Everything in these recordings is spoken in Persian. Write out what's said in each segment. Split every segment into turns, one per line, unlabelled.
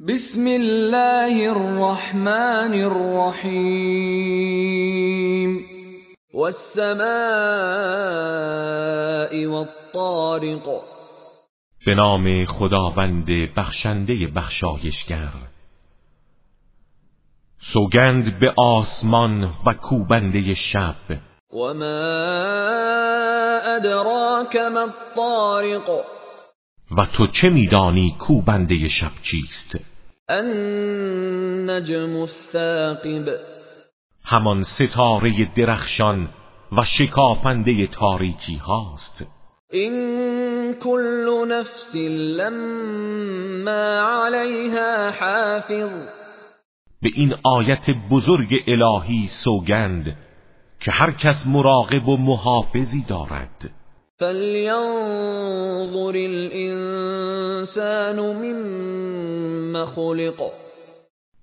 بسم الله الرحمن الرحيم والسماء والطارق
به نام خداوند بخشنده بخشایشگر سوگند به آسمان و کوبنده شب
وما أدراك ما الطارق
و تو چه میدانی کوبنده شب چیست
النجم الثاقب
همان ستاره درخشان و شکافنده تاریکی هاست
إن كل نفس لما عليها حافظ
به این آیت بزرگ الهی سوگند که هر کس مراقب و محافظی دارد
فلينظر الإنسان مما خلق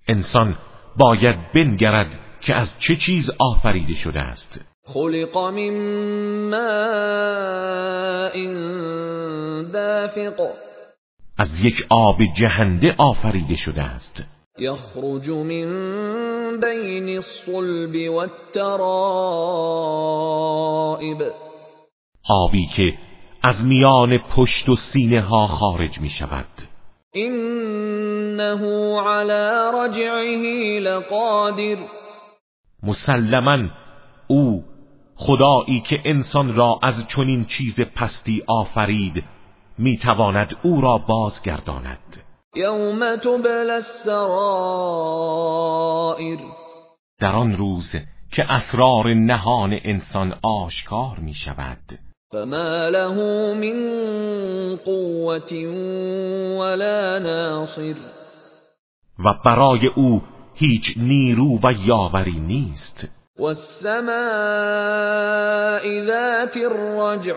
انسان باید بنگرد که از چه چیز آفریده شده است
خلق من ماء دافق
از یک آب جهنده آفریده شده است
يخرج من بين الصلب والترائب
آبی که از میان پشت و سینه ها خارج می شود
إنه على رجعه لقادر
مسلما او خدایی که انسان را از چنین چیز پستی آفرید میتواند او را بازگرداند
يوم تبلى السرائر
در آن روز که اسرار نهان انسان آشکار می شود
فما له من قوة ولا ناصر
و برای او هیچ نیرو و یاوری نیست
والسماء ذات الرجع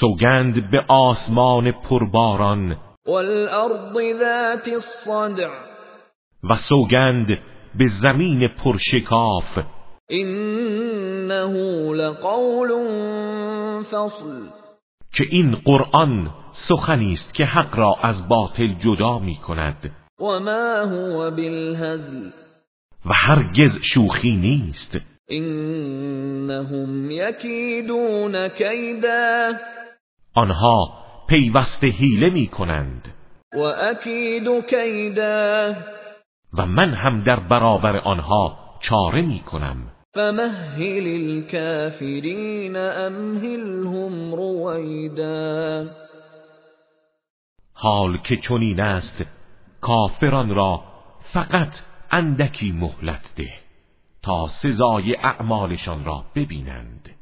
سوگند به آسمان پرباران
والأرض ذات الصدع
و سوگند به زمین پرشکاف
إنه لقول فصل
که این قرآن سخنی است که حق را از باطل جدا می کند
وما هو بالهزل
و هرگز شوخی نیست
إنهم يكيدون كيدا
آنها پیوسته حیله می کنند
وأكيد كيدا
و من هم در برابر آنها چاره می کنم
فمهل الكافرين أمهلهم رويدا
حال که چنین است کافران را فقط اندکی مهلت ده تا سزای اعمالشان را ببینند